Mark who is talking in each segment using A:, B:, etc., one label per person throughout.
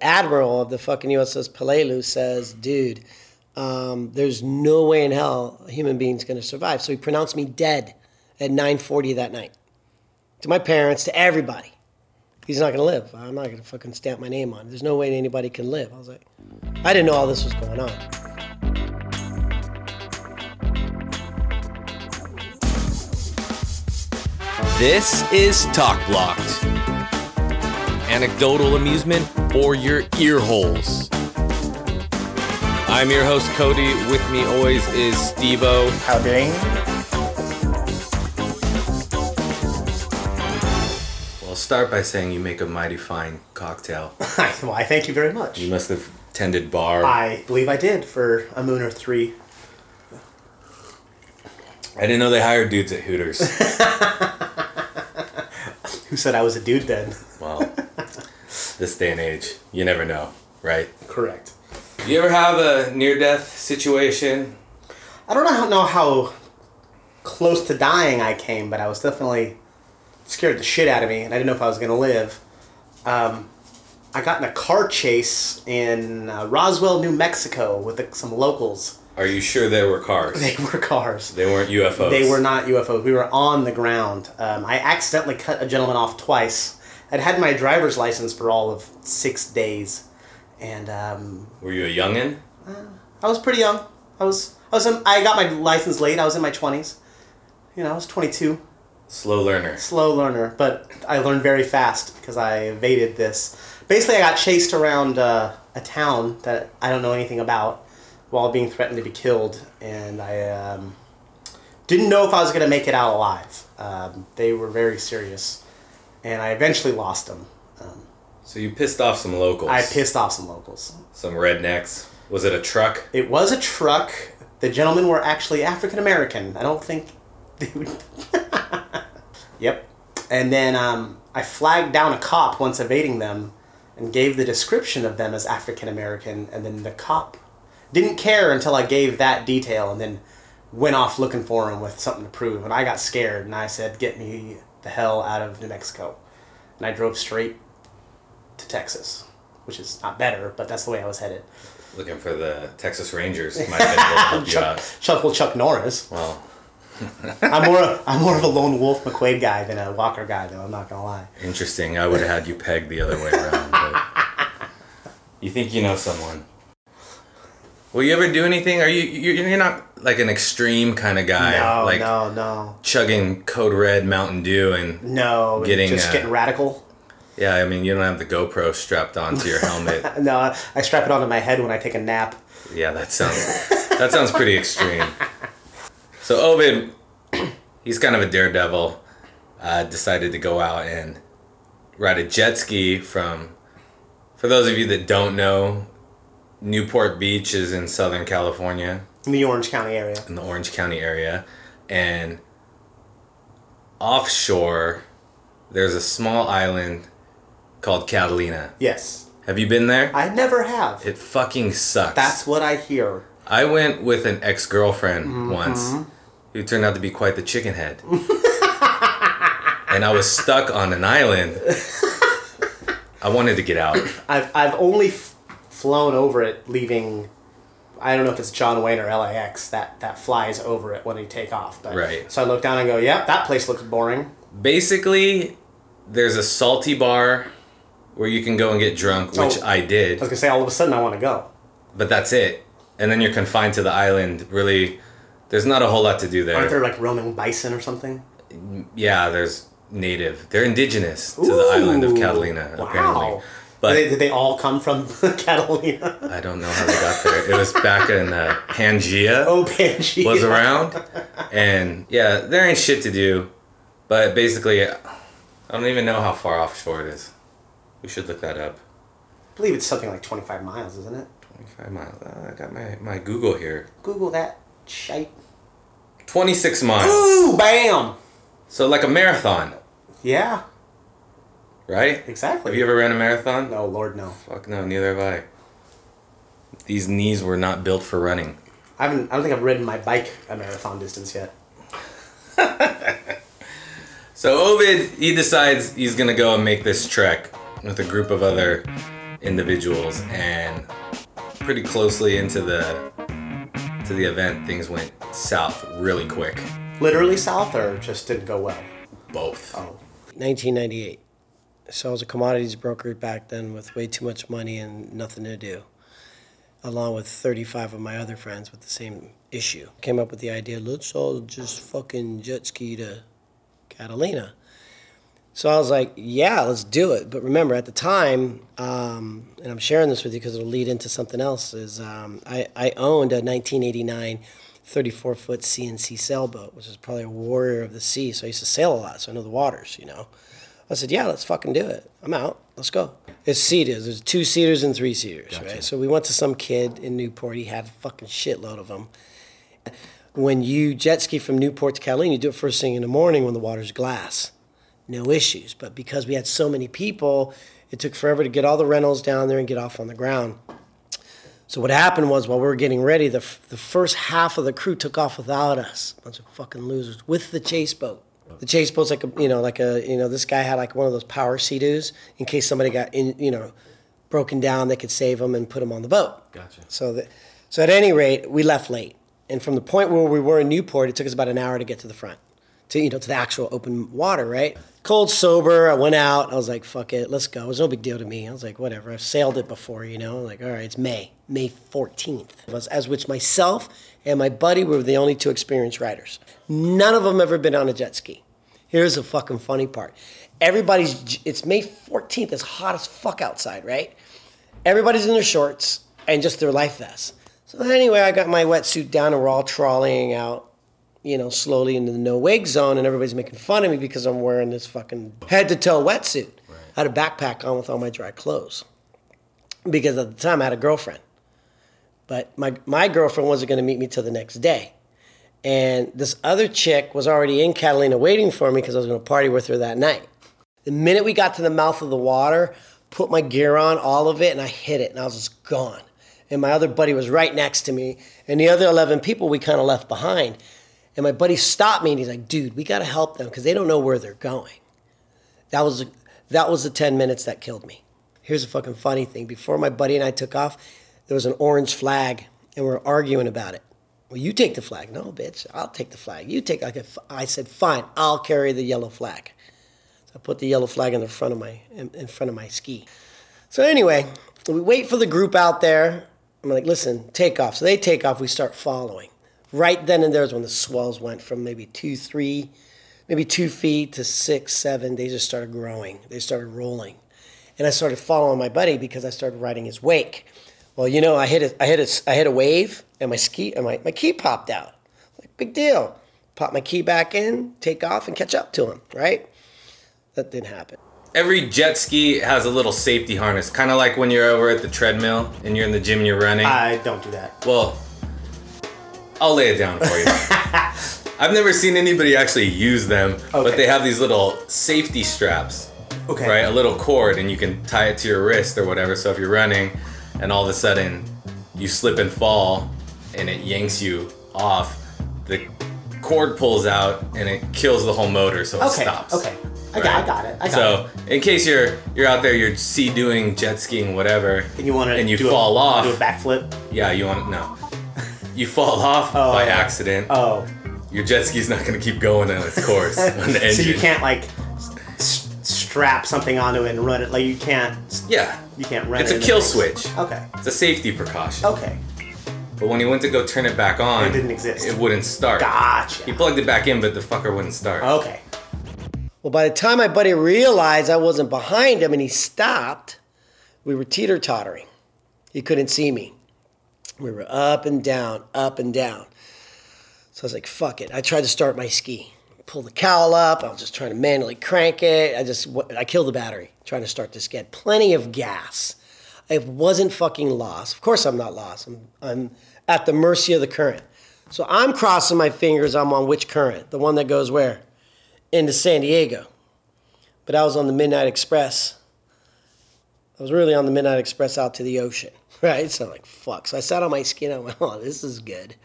A: admiral of the fucking USS Peleliu says, dude, um, there's no way in hell a human being's going to survive. So he pronounced me dead at 9.40 that night. To my parents, to everybody. He's not going to live. I'm not going to fucking stamp my name on it. There's no way anybody can live. I was like, I didn't know all this was going on.
B: This is Talk Blocked. Anecdotal amusement for your ear holes. I'm your host, Cody. With me always is Steve O.
C: How dang?
D: Well, I'll start by saying you make a mighty fine cocktail.
C: Why, thank you very much.
D: You must have tended bar.
C: I believe I did for a moon or three.
D: I didn't know they hired dudes at Hooters.
C: Who said I was a dude then?
D: well, this day and age, you never know, right?
C: Correct.
D: You ever have a near death situation?
C: I don't know how, know how close to dying I came, but I was definitely scared the shit out of me, and I didn't know if I was gonna live. Um, I got in a car chase in uh, Roswell, New Mexico, with the, some locals.
D: Are you sure they were cars?
C: They were cars.
D: They weren't UFOs.
C: They were not UFOs. We were on the ground. Um, I accidentally cut a gentleman off twice. I'd had my driver's license for all of six days, and um,
D: Were you a youngin?
C: I was pretty young. I was I was in, I got my license late. I was in my twenties. You know, I was twenty two.
D: Slow learner.
C: Slow learner, but I learned very fast because I evaded this. Basically, I got chased around uh, a town that I don't know anything about, while being threatened to be killed, and I um, didn't know if I was gonna make it out alive. Um, they were very serious, and I eventually lost them. Um,
D: So you pissed off some locals.
C: I pissed off some locals.
D: Some rednecks. Was it a truck?
C: It was a truck. The gentlemen were actually African American. I don't think they would. yep. And then um, I flagged down a cop once evading them and gave the description of them as African American. And then the cop didn't care until I gave that detail and then went off looking for him with something to prove. And I got scared and I said, Get me the hell out of New Mexico. And I drove straight to Texas, which is not better, but that's the way I was headed.
D: Looking for the Texas Rangers. Might have been able to help you
C: Chuck,
D: out.
C: Chuck, well, Chuck Norris.
D: Well,
C: I'm more, I'm more of a lone wolf McQuaid guy than a Walker guy, though. I'm not gonna lie.
D: Interesting. I would have had you pegged the other way around. But you think you know someone? Will you ever do anything? Are you you- you're not like an extreme kind of guy?
C: No,
D: like
C: no, no,
D: chugging Code Red Mountain Dew and
C: no.
D: Getting,
C: just
D: uh,
C: getting radical.
D: yeah. I mean, you don't have the GoPro strapped onto your helmet.
C: No, I- I strap it onto my head when I take a nap.
D: yeah, that sounds that sounds pretty extreme. So Ovid, he's kind of a daredevil. Uh, decided to go out and ride a jet ski from. For those of you that don't know, Newport Beach is in Southern California
C: In the Orange County area,
D: in the Orange County area, and offshore, there's a small island called Catalina.
C: yes,
D: Have you been there?
C: I never have.
D: it fucking sucks.
C: That's what I hear.
D: I went with an ex girlfriend
C: Mm-hmm.
D: once who turned out to be quite the chicken head. and I was stuck on an island. I wanted to get out.
C: I've, I've only f- flown over it, leaving. I don't know if it's John Wayne or LAX that that flies over it when they take off. But
D: Right.
C: So I look down and go, "Yep, that place looks boring."
D: Basically, there's a salty bar where you can go and get drunk, which
C: Oh.
D: I did.
C: I was gonna say, all of a sudden, I want to go.
D: but that's it. And then you're confined to the island. Really, there's not a whole lot to do there.
C: Aren't there like roaming bison or something?
D: yeah, there's native. They're indigenous to the island of
C: Ooh,
D: Catalina,
C: wow.
D: apparently.
C: Did
D: But
C: they, did they all come from Catalina?
D: I don't know how they got there. It was back in uh, Pangaea
C: Oh, Pangea.
D: was around, and yeah, there ain't shit to do. But basically, I don't even know how far offshore it is. We should look that up.
C: I believe it's something like 25 miles, isn't it?
D: 25 miles. Uh, I got my, my Google here.
C: Google that shite.
D: 26 miles.
C: Ooh, bam!
D: So like a marathon,
C: Yeah,
D: right?
C: exactly.
D: Have you ever ran a marathon?
C: No, Lord, no.
D: Fuck no, neither have I. These knees were not built for running.
C: I haven't. I don't think I've ridden my bike a marathon distance yet.
D: So Ovid, he decides he's gonna go and make this trek with a group of other individuals, and pretty closely into the to the event, things went south really quick.
C: Literally south or just didn't go well?
D: Both.
C: Oh.
A: 1998. So I was a commodities broker back then with way too much money and nothing to do, along with 35 of my other friends with the same issue. Came up with the idea let's all just fucking jet ski to Catalina. So I was like, yeah, let's do it. But remember, at the time, um, and I'm sharing this with you because it'll lead into something else, is um, I, I owned a 1989 34 foot CNC sailboat, which is probably a warrior of the sea. So I used to sail a lot, so I know the waters, you know. I said, yeah, let's fucking do it. I'm out. Let's go. It's seaters. There's two seaters and three seaters, right? So we went to some kid in Newport. He had a fucking shitload of them. When you jet ski from Newport to Catalina, you do it first thing in the morning when the water's glass no issues. But because we had so many people, it took forever to get all the rentals down there and get off on the ground. So what happened was while we were getting ready, the, f- the first half of the crew took off without us. Bunch of fucking losers with the chase boat. The chase boat's like a you know like a you know this guy had like one of those power sea-doos in case somebody got in you know broken down they could save them and put them on the boat.
D: Gotcha.
A: So that so at any rate we left late and from the point where we were in Newport it took us about an hour to get to the front to you know to the actual open water, right? Cold sober, I went out. I was like, "Fuck it, let's go." It was no big deal to me. I was like, "Whatever." I've sailed it before, you know. Like, all right, it's May, May fourteenth. Was as which myself and my buddy were the only two experienced riders. None of them ever been on a jet ski. Here's the fucking funny part. Everybody's j- it's May fourteenth. It's hot as fuck outside, right? Everybody's in their shorts and just their life vests. So anyway, I got my wetsuit down and we're all trolleying out you know, slowly into the no wake zone, and everybody's making fun of me because I'm wearing this fucking head to toe wetsuit. I had a backpack on with all my dry clothes because at the time I had a girlfriend, but my my girlfriend wasn't going to meet me till the next day, and this other chick was already in Catalina waiting for me because I was going to party with her that night. The minute we got to the mouth of the water, put my gear on, all of it, and I hit it, and I was just gone. And my other buddy was right next to me, and the other 11 people we kind of left behind. And my buddy stopped me and he's like, dude, we got to help them because they don't know where they're going. That was, that was the 10 minutes that killed me. Here's a fucking funny thing. Before my buddy and I took off, there was an orange flag and we are arguing about it. Well, you take the flag. No, bitch, I'll take the flag. You take, I, could, I said, fine, I'll carry the yellow flag. So I put the yellow flag in the front of my, in, in front of my ski. So anyway, we wait for the group out there. I'm like, listen, take off. So they take off. We start following. Right then and there is when the swells went from maybe two, three, maybe two feet to six, seven. They just started growing. They started rolling, and I started following my buddy because I started riding his wake. Well, you know, I hit a, I hit a, I hit a wave, and my ski, and my, my key popped out. Like big deal. Pop my key back in, take off, and catch up to him. Right? That didn't happen.
D: Every jet ski has a little safety harness, kind of like when you're over at the treadmill and you're in the gym and you're running.
C: I don't do that.
D: Well, I'll lay it down for you. I've never seen anybody actually use them, but
C: Okay.
D: they have these little safety straps,
C: Okay.
D: right? A little cord, and you can tie it to your wrist or whatever. So if you're running and all of a sudden you slip and fall and it yanks you off, the cord pulls out and it kills the whole motor, so it
C: Okay.
D: stops.
C: Okay. I, got, I
D: Right.
C: got it. I got
D: So
C: it.
D: in case you're you're out there, you're sea doing, jet skiing, whatever,
C: And you want to
D: and you
C: do
D: fall
C: a,
D: off,
C: Do a backflip.
D: yeah, you want no, you fall off
C: Oh.
D: by accident.
C: Oh.
D: Your jet ski's not gonna keep going on its course. on the
C: So you
D: engine.
C: can't like s- s- strap something onto it and run it. Like you can't.
D: Yeah,
C: You can't run
D: it's
C: it.
D: a
C: in the
D: kill
C: things.
D: switch.
C: Okay.
D: It's a safety precaution.
C: Okay.
D: But when he went to go turn it back on,
C: It didn't exist.
D: It wouldn't start. He
C: Gotcha.
D: plugged it back in, but the fucker wouldn't start.
C: Okay.
A: Well, by the time my buddy realized I wasn't behind him and he stopped, we were teeter tottering. He couldn't see me. We were up and down, up and down. So I was like, fuck it. I tried to start my ski, pull the cowl up. I was just trying to manually crank it. I just, I killed the battery trying to start this. Get plenty of gas. I wasn't fucking lost. Of course, I'm not lost. I'm, I'm at the mercy of the current. So I'm crossing my fingers. I'm on which current? The one that goes where? into San Diego. But I was on the Midnight Express. I was really on the Midnight Express out to the ocean, right? So I'm like, fuck. So I sat on my skin. I went, oh, this is good.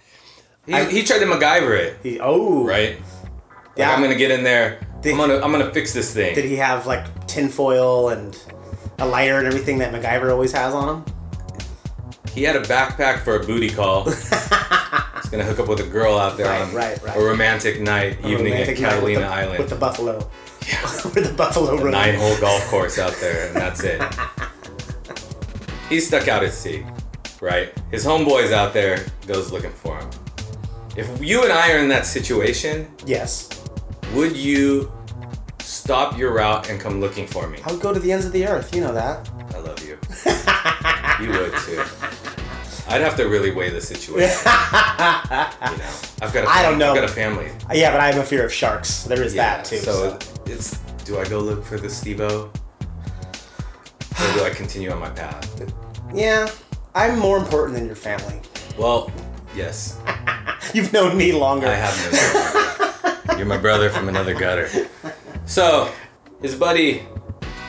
D: He, he tried to MacGyver it,
C: He, oh.
D: right?
C: Yeah.
D: Like, I'm gonna get in there.
C: Did-
D: I'm gonna I'm gonna fix this thing.
C: Did he have like tinfoil and a lighter and everything that MacGyver always has on him.
D: He had a backpack for a booty call. He's gonna hook up with a girl out there
C: Right,
D: on
C: right, right.
D: a romantic night, evening
C: Romantic
D: at
C: night
D: Catalina
C: with the,
D: Island.
C: with the buffalo. with the buffalo room.
D: nine hole golf course out there, and that's it. He's stuck out at sea, right? His homeboy's out there, goes looking for him. If you and I are in that situation,
C: Yes,
D: would you stop your route and come looking for me?
C: I would go to the ends of the earth. You know that.
D: I love you. you would too. I'd have to really weigh the situation. you know, I've got a
C: I
D: fam-
C: don't
D: I've
C: know.
D: got a family.
C: Uh, Yeah, but I have a fear of sharks. so There is
D: Yeah,
C: that too.
D: So, it's do I go look for the Stevo? Or do I continue on my path?
C: yeah, I'm more important than your family.
D: Well, yes,
C: You've known me longer.
D: I have no. You're my brother from another gutter. So, his buddy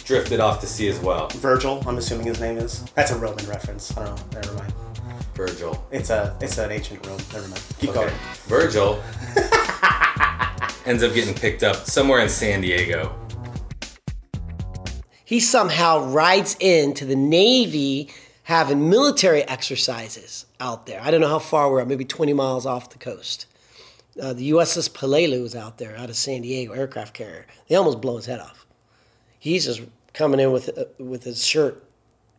D: drifted off to sea as well.
C: Virgil, I'm assuming his name is. That's a Roman reference. I don't know. Never mind.
D: Virgil.
C: It's a it's an ancient Rome. Never mind. Keep
D: Okay.
C: going.
D: Virgil ends up getting picked up somewhere in San Diego.
A: He somehow rides into the Navy having military exercises out there. I don't know how far we're at, maybe 20 miles off the coast. Uh, the USS Pelelu is out there, out of San Diego, aircraft carrier. They almost blow his head off. He's just coming in with, uh, with his shirt,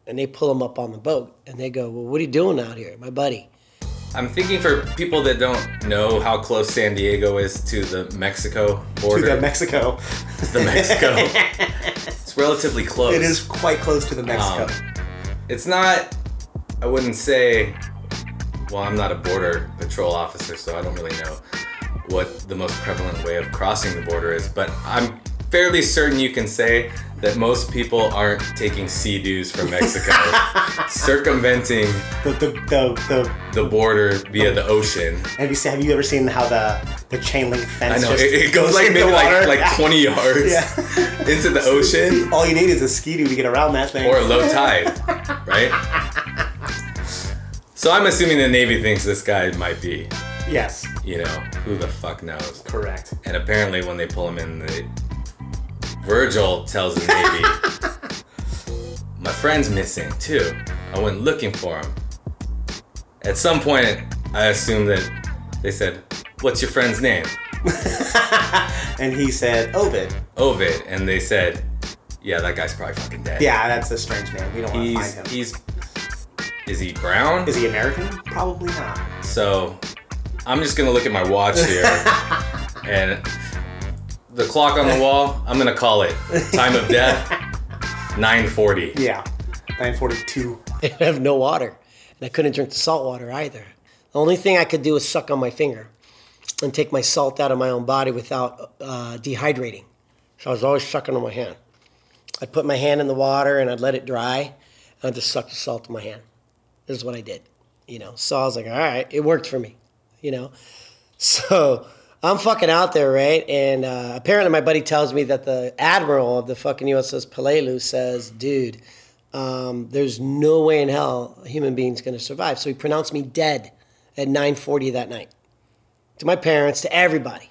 A: and they pull him up on the boat, and they go, Well, what are you doing out here, my buddy?
D: I'm thinking for people that don't know how close San Diego is to the Mexico
C: To
D: border.
C: the Mexico.
D: the Mexico. it's relatively close.
C: It is quite close to the Mexico.
D: Um, It's not. I wouldn't say. Well, I'm not a border patrol officer, so I don't really know what the most prevalent way of crossing the border is. But I'm fairly certain you can say that most people aren't taking sea dues from Mexico, circumventing
C: the, the, the, the,
D: the border via the ocean.
C: have you seen, have you ever seen how the the chain link
D: I
C: fence?
D: know
C: just
D: it, it goes like
C: in the
D: maybe like,
C: water?
D: like 20 yards
C: Yeah.
D: into the ocean.
C: All you need is a ski-doo to get around that thing.
D: or a low tide, right? So I'm assuming the Navy thinks this guy might be,
C: yes,
D: you know, who the fuck knows.
C: correct.
D: And apparently, when they pull him in, the Virgil tells the Navy, "My friend's missing too. I went looking for him." At some point, I assume that they said, "What's your friend's name?"
C: And he said, Ovid.
D: Ovid, and they said, "Yeah, that guy's probably fucking dead."
C: Yeah, that's a strange name. We don't want to
D: he's
C: find him.
D: he's is he brown?
C: Is he American? Probably not.
D: So I'm just gonna look at my watch here, and the clock on the wall. I'm gonna call it time of death, 9:40.
C: Yeah. 942.
A: I have no water, and I couldn't drink the salt water either. The only thing I could do was suck on my finger and take my salt out of my own body without uh, dehydrating. So I was always sucking on my hand. I'd put my hand in the water and I'd let it dry, and I'd just suck the salt in my hand. This is what I did, you know. So I was like, all right, it worked for me, you know. So I'm fucking out there, right? And uh, apparently, my buddy tells me that the admiral of the fucking USS Pelelu says, dude, um, there's no way in hell a human being's going to survive. So he pronounced me dead at 9:40 that night. To my parents, to everybody.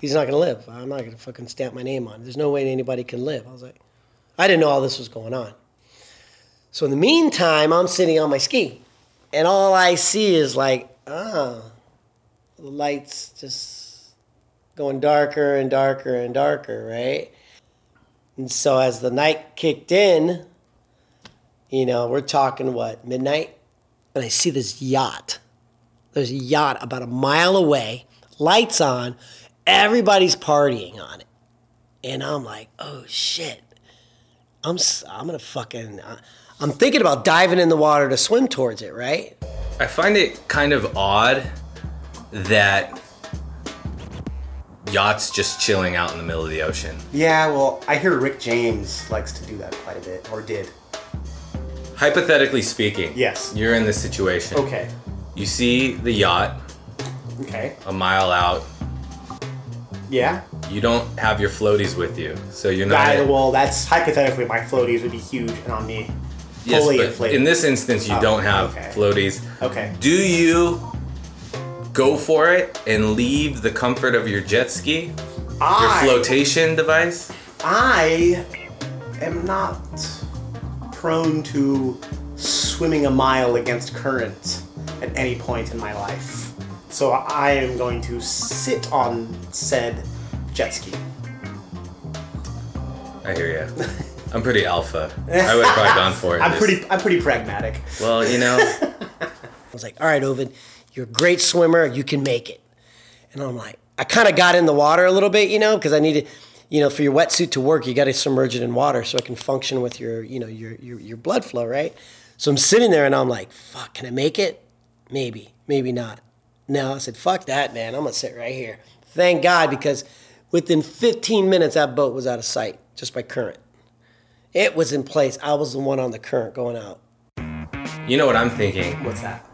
A: He's not going to live. I'm not going to fucking stamp my name on it. There's no way anybody can live. I was like, I didn't know all this was going on. So in the meantime, I'm sitting on my ski, and all I see is like, ah, the lights just going darker and darker and darker, right? And so as the night kicked in, you know, we're talking what, midnight? And I see this yacht. There's a yacht about a mile away, lights on, everybody's partying on it. And I'm like, oh shit. I'm, s- I'm gonna fucking, I- I'm thinking about diving in the water to swim towards it, right?
D: I find it kind of odd that yachts just chilling out in the middle of the ocean.
C: Yeah, well, I hear Rick James likes to do that quite a bit, or did.
D: Hypothetically speaking,
C: Yes.
D: you're in this situation.
C: Okay.
D: You see the yacht
C: Okay.
D: a mile out.
C: Yeah.
D: You don't have your floaties with you, so you're not.
C: I, well, that's hypothetically my floaties would be huge and on me.
D: Yes,
C: fully
D: but
C: inflated.
D: in this instance, you
C: Oh,
D: don't have
C: okay.
D: floaties.
C: Okay.
D: Do you go for it and leave the comfort of your jet ski, your
C: I,
D: flotation device?
C: I am not prone to swimming a mile against current at any point in my life. So I am going to sit on said jet ski.
D: I hear you. I'm pretty alpha. I would have probably gone for it.
C: I'm
D: Just-
C: pretty I'm pretty pragmatic.
D: Well, you know,
A: I was like, all right, Ovid, you're a great swimmer. You can make it. And I'm like, I kind of got in the water a little bit, you know, because I needed, you know, for your wetsuit to work, you got to submerge it in water so it can function with your, you know, your, your, your blood flow, right? So I'm sitting there and I'm like, fuck, can I make it? Maybe, maybe not. No, I said, fuck that, man. I'm going to sit right here. Thank God, because within 15 minutes, that boat was out of sight just by current. It was in place. I was the one on the current going out.
D: you know what I'm thinking.
C: What's that?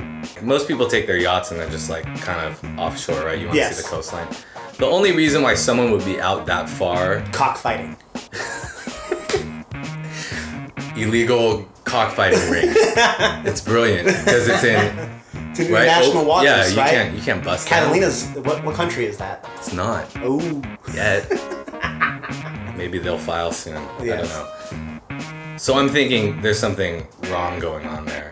D: Most people take their yachts and they're just like kind of offshore, right? You want to
C: Yes.
D: see the coastline. The only reason why someone would be out that far,
C: Cockfighting.
D: illegal cockfighting ring. it's brilliant because it's in
C: To do
D: right?
C: national
D: Oh,
C: waters,
D: Yeah, you
C: right?
D: can't you can't bust. that.
C: Catalina's what, what country is that?
D: It's not
C: Oh,
D: yet. Maybe they'll file soon. I
C: Yes.
D: don't know. So I'm thinking there's something wrong going on there.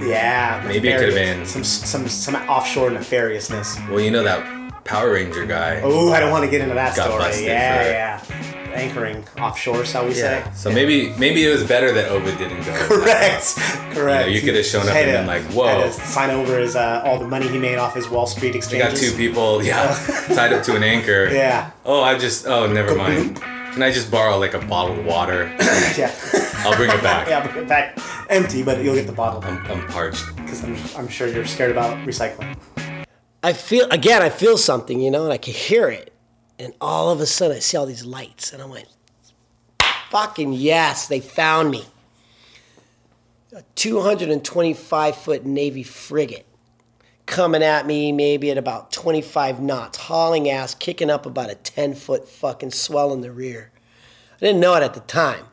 C: yeah.
D: Maybe it could've
C: nefarious.
D: been-
C: some some some offshore nefariousness.
D: Well, you know that Power Ranger guy.
C: Oh, I don't want to get into that
D: Got
C: story.
D: busted
C: Yeah, yeah. Anchoring offshore, shall we
D: Yeah.
C: say?
D: So maybe maybe it was better that Ovid didn't go.
C: Correct. Correct.
D: You know, you coulda shown up
C: Had
D: and
C: to-
D: been like, whoa.
C: had to sign over his uh, all the money he made off his Wall Street
D: We got
C: exchanges.
D: two people, yeah, tied up to an anchor.
C: Yeah.
D: Oh, I just. Oh, never mind. Can I just borrow like a bottle of water?
C: Yeah.
D: I'll bring it back.
C: yeah. Bring it back empty, but you'll get the bottle
D: I'm, I'm parched.
C: because I'm, I'm sure you're scared about recycling.
A: I feel again, I feel something, you know, and I can hear it. And all of a sudden I see all these lights and I'm like, fucking yes, they found me. A 225 foot Navy frigate coming at me maybe at about 25 knots, hauling ass, kicking up about a 10 foot fucking swell in the rear. I didn't know it at the time.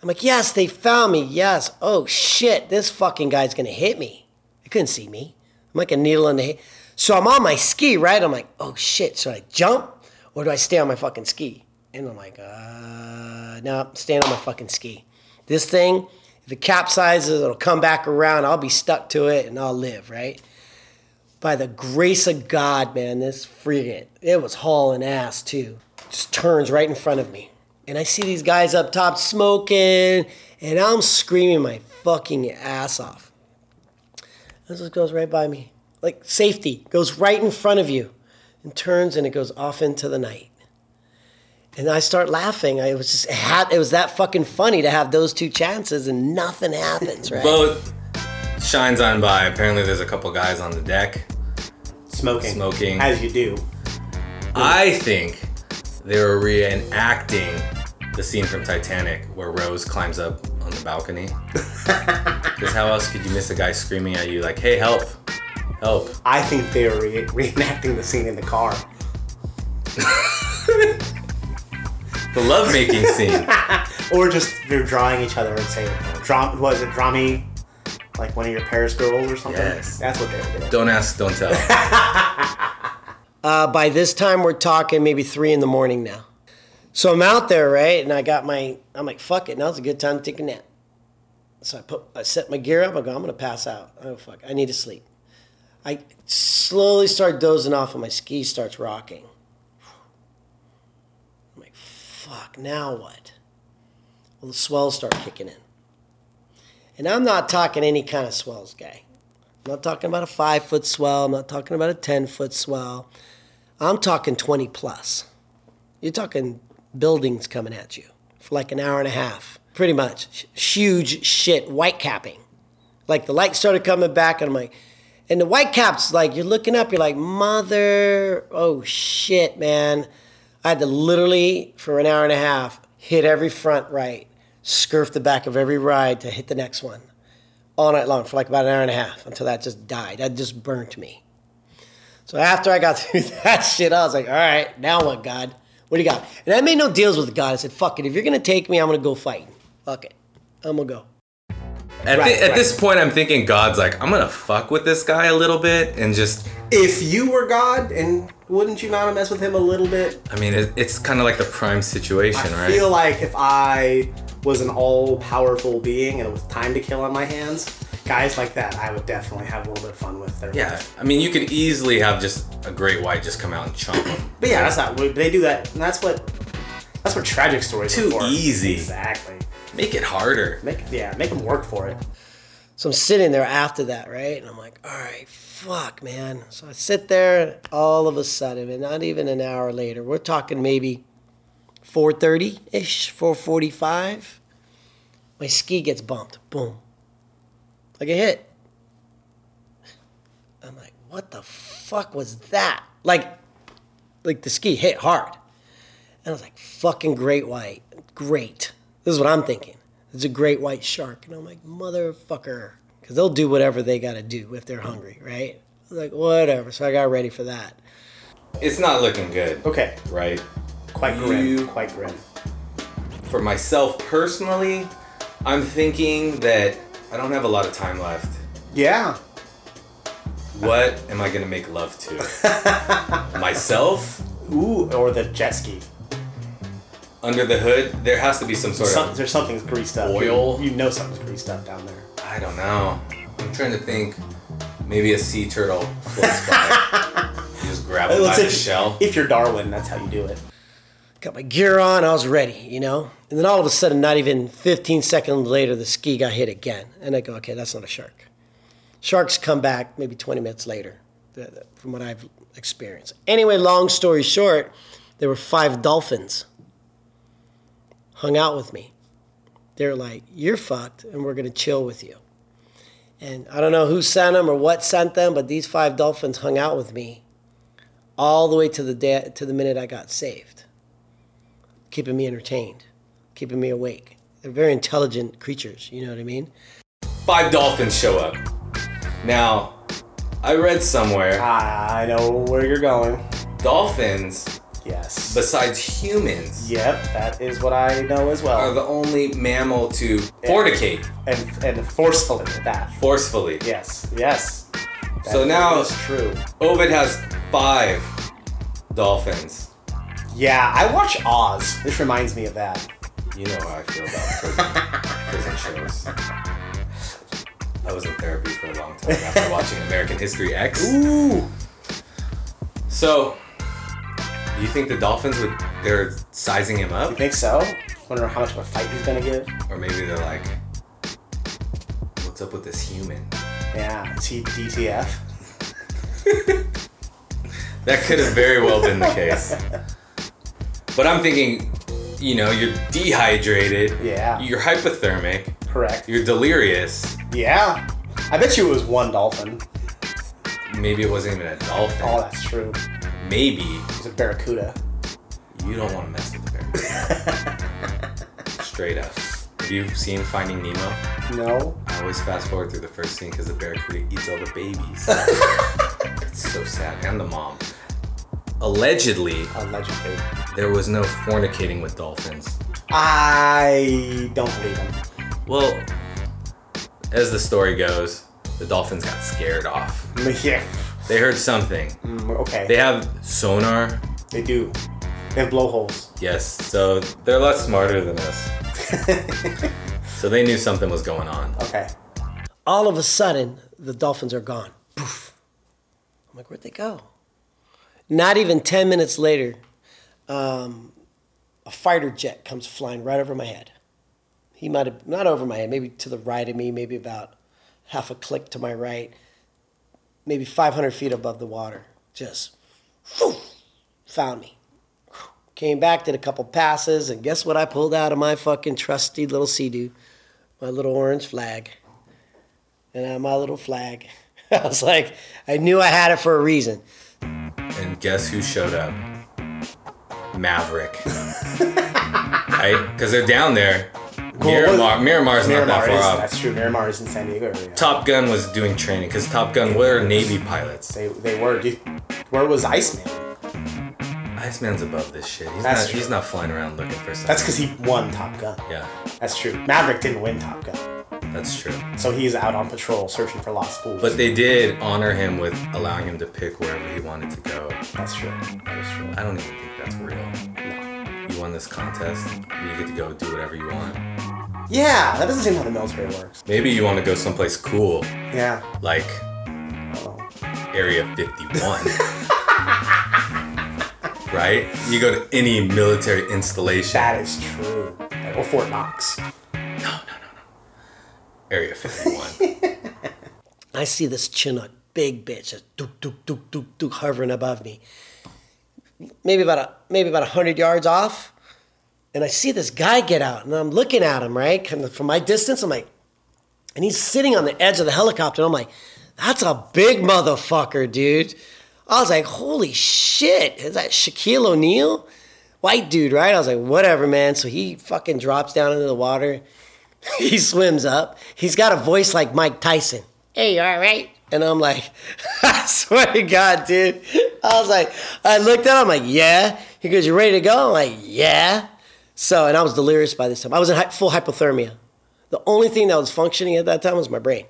A: I'm like, yes, they found me. Yes. Oh shit, this fucking guy's gonna hit me. They couldn't see me. I'm like a needle in the hay. So I'm on my ski, right? I'm like, oh shit. So I jump or do I stay on my fucking ski? And I'm like, uh, no, I'm staying on my fucking ski. This thing, if it capsizes, it'll come back around. I'll be stuck to it and I'll live, right? By the grace of God, man, this frigate, it was hauling ass too. Just turns right in front of me. And I see these guys up top smoking, and I'm screaming my fucking ass off. This just goes right by me. Like safety goes right in front of you and turns and it goes off into the night. And I start laughing. I it was just it had, it was that fucking funny to have those two chances and nothing happens, right?
D: Boat shines on by. Apparently, there's a couple guys on the deck.
C: Smoking.
D: Smoking.
C: As you do.
D: I think they were reenacting the scene from Titanic where Rose climbs up on the balcony. Because how else could you miss a guy screaming at you like, "Hey, help, help"?
C: I think they are re- reenacting the scene in the car.
D: The lovemaking scene.
C: Or just they're drawing each other and saying, Dram- was it Drami? Like one of your Paris girls or something?
D: Yes.
C: That's what they were doing.
D: Don't ask, don't tell.
A: Uh, by this time, we're talking maybe three in the morning now. So I'm out there, right? And I got my, I'm like, fuck it, now's a good time to take a nap. So I put, I set my gear up. I go, I'm gonna pass out. Oh fuck, I need to sleep. I slowly start dozing off, and my ski starts rocking. I'm like, fuck, now what? Well, the swells start kicking in, and I'm not talking any kind of swells, guy. I'm not talking about a five foot swell. I'm not talking about a ten foot swell. I'm talking 20 plus. You're talking buildings coming at you for like an hour and a half, pretty much. Sh- Huge shit, white capping. Like the lights started coming back, and I'm like, and the white caps, like you're looking up, you're like, mother, oh shit, man. I had to literally, for an hour and a half, hit every front right, scurf the back of every ride to hit the next one all night long for like about an hour and a half until that just died. That just burnt me. So after I got through that shit, I was like, all right, now what, God? What do you got? And I made no deals with God. I said, fuck it. If you're going to take me, I'm going to go fighting. Fuck it. I'm going to go.
D: At,
C: Right,
D: thi- at
C: right.
D: this point, I'm thinking God's like, I'm gonna fuck with this guy a little bit and just.
C: If you were God, and wouldn't you not mess with him a little bit?
D: I mean, it, it's kind of like the prime situation,
C: I
D: right?
C: feel like if I was an all powerful being and with time to kill on my hands, guys like that I would definitely have a little bit of fun with. Their
D: Yeah, I mean, you could easily have just a great white just come out and chomp them.
C: But yeah, that's not. They do that, and that's what. That's what tragic stories
D: Too
C: are for.
D: easy.
C: Exactly.
D: Make it harder.
C: Make yeah, make them work for it.
A: So I'm sitting there after that, right? And I'm like, all right, fuck, man. So I sit there, all of a sudden, and not even an hour later, we're talking maybe 4:30 ish, 4:45. My ski gets bumped, boom, like a hit. I'm like, what the fuck was that? Like, like the ski hit hard, and I was like, fucking great white, great. This is what I'm thinking. It's a great white shark, and I'm like, motherfucker, because they'll do whatever they gotta do if they're hungry, right? I was like, whatever. So I got ready for that.
D: It's not looking good.
C: Okay.
D: Right?
C: Quite grim.
D: You-
C: Quite grim.
D: For myself personally, I'm thinking that I don't have a lot of time left.
C: Yeah.
D: What am I gonna make love to? myself?
C: Ooh, or the jet ski.
D: Under the hood, there has to be some sort
C: Some,
D: of.
C: there's something's greased up.
D: Oil.
C: You know something's greased up down there.
D: I don't know. I'm trying to think. Maybe a sea turtle floats by. You just grab it by the
C: if,
D: shell.
C: if you're Darwin, that's how you do it.
A: Got my gear on, I was ready, you know? And then all of a sudden, not even 15 seconds later, the ski got hit again. And I go, okay, that's not a shark. Sharks come back maybe 20 minutes later, th- th- from what I've experienced. Anyway, long story short, there were five dolphins hung out with me. They're like, you're fucked, and we're gonna chill with you. And I don't know who sent them or what sent them, but these five dolphins hung out with me all the way to the day, to the minute I got saved keeping me entertained, keeping me awake. They're very intelligent creatures, you know what I mean?
D: Five dolphins show up. Now, I read somewhere
C: I know where you're going.
D: dolphins,
C: Yes.
D: besides humans,
C: yep, that is what I know as
D: are
C: well.
D: the only mammal to fornicate
C: And and forcefully at that.
D: forcefully.
C: Yes. Yes.
D: So now-
C: it's true.
D: Ovid has five dolphins.
C: Yeah, I watch Oz. This reminds me of that.
D: You know how I feel about prison, prison shows. I was in therapy for a long time after watching American History X.
C: Ooh.
D: So, do you think the dolphins would, they're sizing him
C: You
D: up?
C: think so? Wonder how much of a fight he's gonna give.
D: Or maybe they're like, what's up with this human?
C: Yeah. Is he DTF?
D: That could have very well been the case. But I'm thinking, you know, you're dehydrated.
C: Yeah.
D: You're hypothermic.
C: Correct.
D: You're delirious.
C: yeah. I bet you it was one dolphin.
D: Maybe it wasn't even a dolphin.
C: Oh, that's true.
D: Maybe
C: It's a barracuda.
D: you don't want to mess with the bear. Straight up. Have you seen Finding Nemo?
C: No.
D: I always fast forward through the first scene because the barracuda eats all the babies. it's so sad. And the mom. Allegedly,
C: Allegedly.
D: there was no fornicating with dolphins.
C: I don't believe him.
D: Well, as the story goes, the dolphins got scared off.
C: Yeah.
D: They heard something.
C: Mm, Okay.
D: They have sonar.
C: They do. They have blowholes.
D: Yes, so they're a lot smarter than us. so they knew something was going on.
C: Okay.
A: All of a sudden, the dolphins are gone. Poof. I'm like, where'd they go? Not even 10 minutes later, um, a fighter jet comes flying right over my head. He might have, not over my head, maybe to the right of me, maybe about half a click to my right, maybe 500 feet above the water. Just phew, found me. Came back, did a couple passes, and guess what I pulled out of my fucking trusty little sea My little orange flag and I had my little flag. I was like, I knew I had it for a reason.
D: And guess who showed up? Maverick. right? Because they're down there. Miramar, Miramar's not that
C: Miramar
D: far
C: is,
D: off.
C: that's true. Miramar is in San Diego area.
D: Top Gun was doing training because Top Gun were Navy pilots.
C: They, they were. Dude, where was Iceman?
D: Iceman's above this shit. He's
C: That's
D: not.
C: true.
D: He's not flying around looking for something.
C: That's because he won Top Gun.
D: Yeah,
C: That's true. Maverick didn't win Top Gun.
D: that's true.
C: So he's out on patrol searching for lost fools.
D: But they did honor him with allowing him to pick wherever he wanted to go.
C: that's true. That is true.
D: I don't even think that's real.
C: No.
D: You won won this contest. You get to go do whatever you want.
C: Yeah, that doesn't seem how the military works.
D: Maybe you want to go someplace cool,
C: Yeah.
D: like
C: Oh.
D: Area 51. right? You go to any military installation.
C: That is true. Or Fort Knox.
D: Area 51.
A: I see this Chinook, big bitch, just dook dook dook dook dook hovering above me. Maybe about a, maybe about hundred yards off, and I see this guy get out, and I'm looking at him right kind of from my distance. I'm like, and he's sitting on the edge of the helicopter, and I'm like, that's a big motherfucker, dude. I was like, holy shit, is that Shaquille O'Neal? White dude, right? I was like, whatever, man. So he fucking drops down into the water. he swims up. He's got a voice like Mike Tyson. Hey, you all right? And I'm like, I swear to God, dude. I was like, I looked at him, I'm like, yeah. He goes, you ready to go? I'm like, yeah. So, and I was delirious by this time. I was in hy- full hypothermia. The only thing that was functioning at that time was my brain.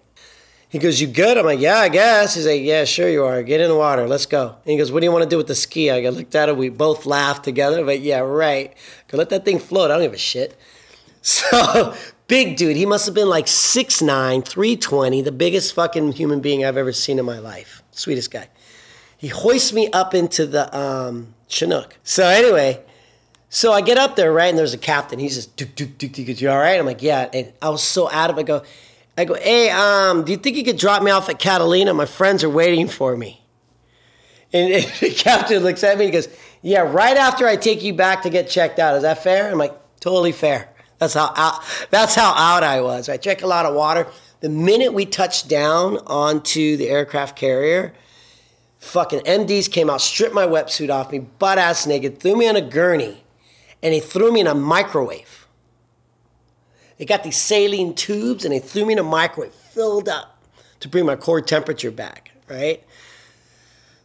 A: He goes, you good? I'm like, yeah, I guess. He's like, yeah, sure you are. Get in the water. Let's go. And he goes, what do you want to do with the ski? I go, looked at him. We both laughed together. But yeah, right. Go let that thing float. I don't give a shit. So big dude. He must have been like 6'9, 320, the biggest fucking human being I've ever seen in my life. Sweetest guy. He hoists me up into the um, Chinook. So anyway, so I get up there, right? And there's a captain. He's just dook dook dook dook. You all right? I'm like, yeah. And I was so out of it. I go, I go, hey, um, do you think you could drop me off at Catalina? My friends are waiting for me. And, and the captain looks at me and he goes, Yeah, right after I take you back to get checked out. Is that fair? I'm like, totally fair. That's how out that's how out I was. I drank a lot of water. The minute we touched down onto the aircraft carrier, fucking MDs came out, stripped my wetsuit off me, butt ass naked, threw me on a gurney, and they threw me in a microwave. They got these saline tubes and they threw me in a microwave filled up to bring my core temperature back, right?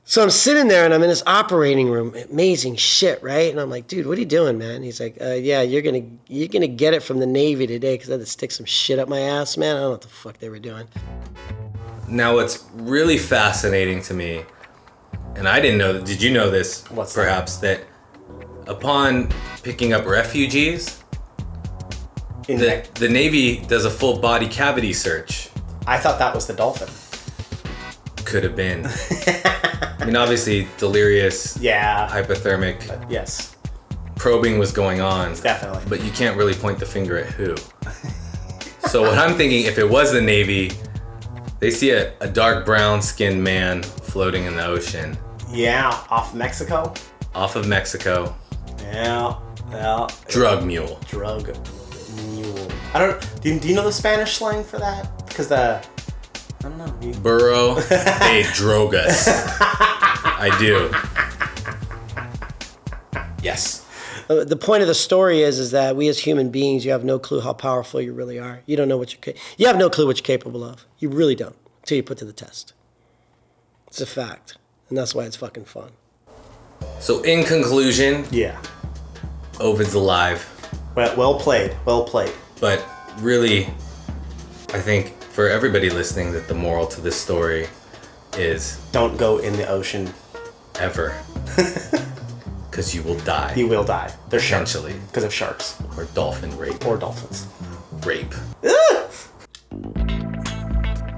A: So I'm sitting there and I'm in this operating room, amazing shit, right? And I'm like, dude, what are you doing, man? He's like, uh, yeah, you're gonna you're gonna get it from the Navy today because I had to stick some shit up my ass, man. I don't know what the fuck they were doing.
D: now, what's really fascinating to me, and I didn't know, did you know this
C: What's that?
D: perhaps, that upon picking up refugees,
C: In
D: the, the Navy does a full body cavity search.
C: I thought that was the dolphin.
D: Could have been. I mean, obviously, delirious,
C: Yeah.
D: hypothermic
C: yes.
D: probing was going on.
C: Definitely.
D: But you can't really point the finger at who. so what I'm thinking, if it was the Navy, they see a, a dark brown skinned man floating in the ocean
C: Yeah. Off Mexico.
D: off of Mexico,
C: Yeah. Yeah.
D: drug mule.
C: Drug mule. I don't. Do you, do you know the Spanish slang for that? Because the. I don't know. You,
D: Burro, they drog us. I do. Yes.
A: Uh, The point of the story is is that we as human beings, you have no clue how powerful you really are. You don't know what you're ca- you have no clue what you're capable of. You really don't until you put to the test. It's a fact, and that's why it's fucking fun.
D: So in conclusion,
C: yeah.
D: Ovid's alive.
C: Well, well played. Well played.
D: But really, I think for everybody listening, that the moral to this story is
C: Don't go in the ocean.
D: ever. Because you will die.
C: You will die. They're sharks.
D: Potentially.
C: Because of sharks
D: Or dolphin rape.
C: or dolphins.
D: rape.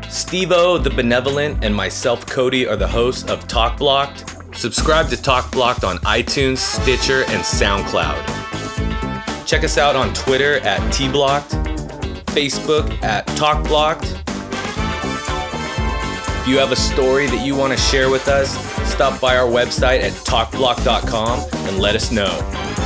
D: Steve O, the Benevolent, and myself, Cody, are the hosts of Talk Blocked. Subscribe to Talk Blocked on iTunes, Stitcher, and SoundCloud. Check us out on Twitter at TBlocked, Facebook at Talk Blocked. If you have a story that you want to share with us, stop by our website at talkblock.com and let us know.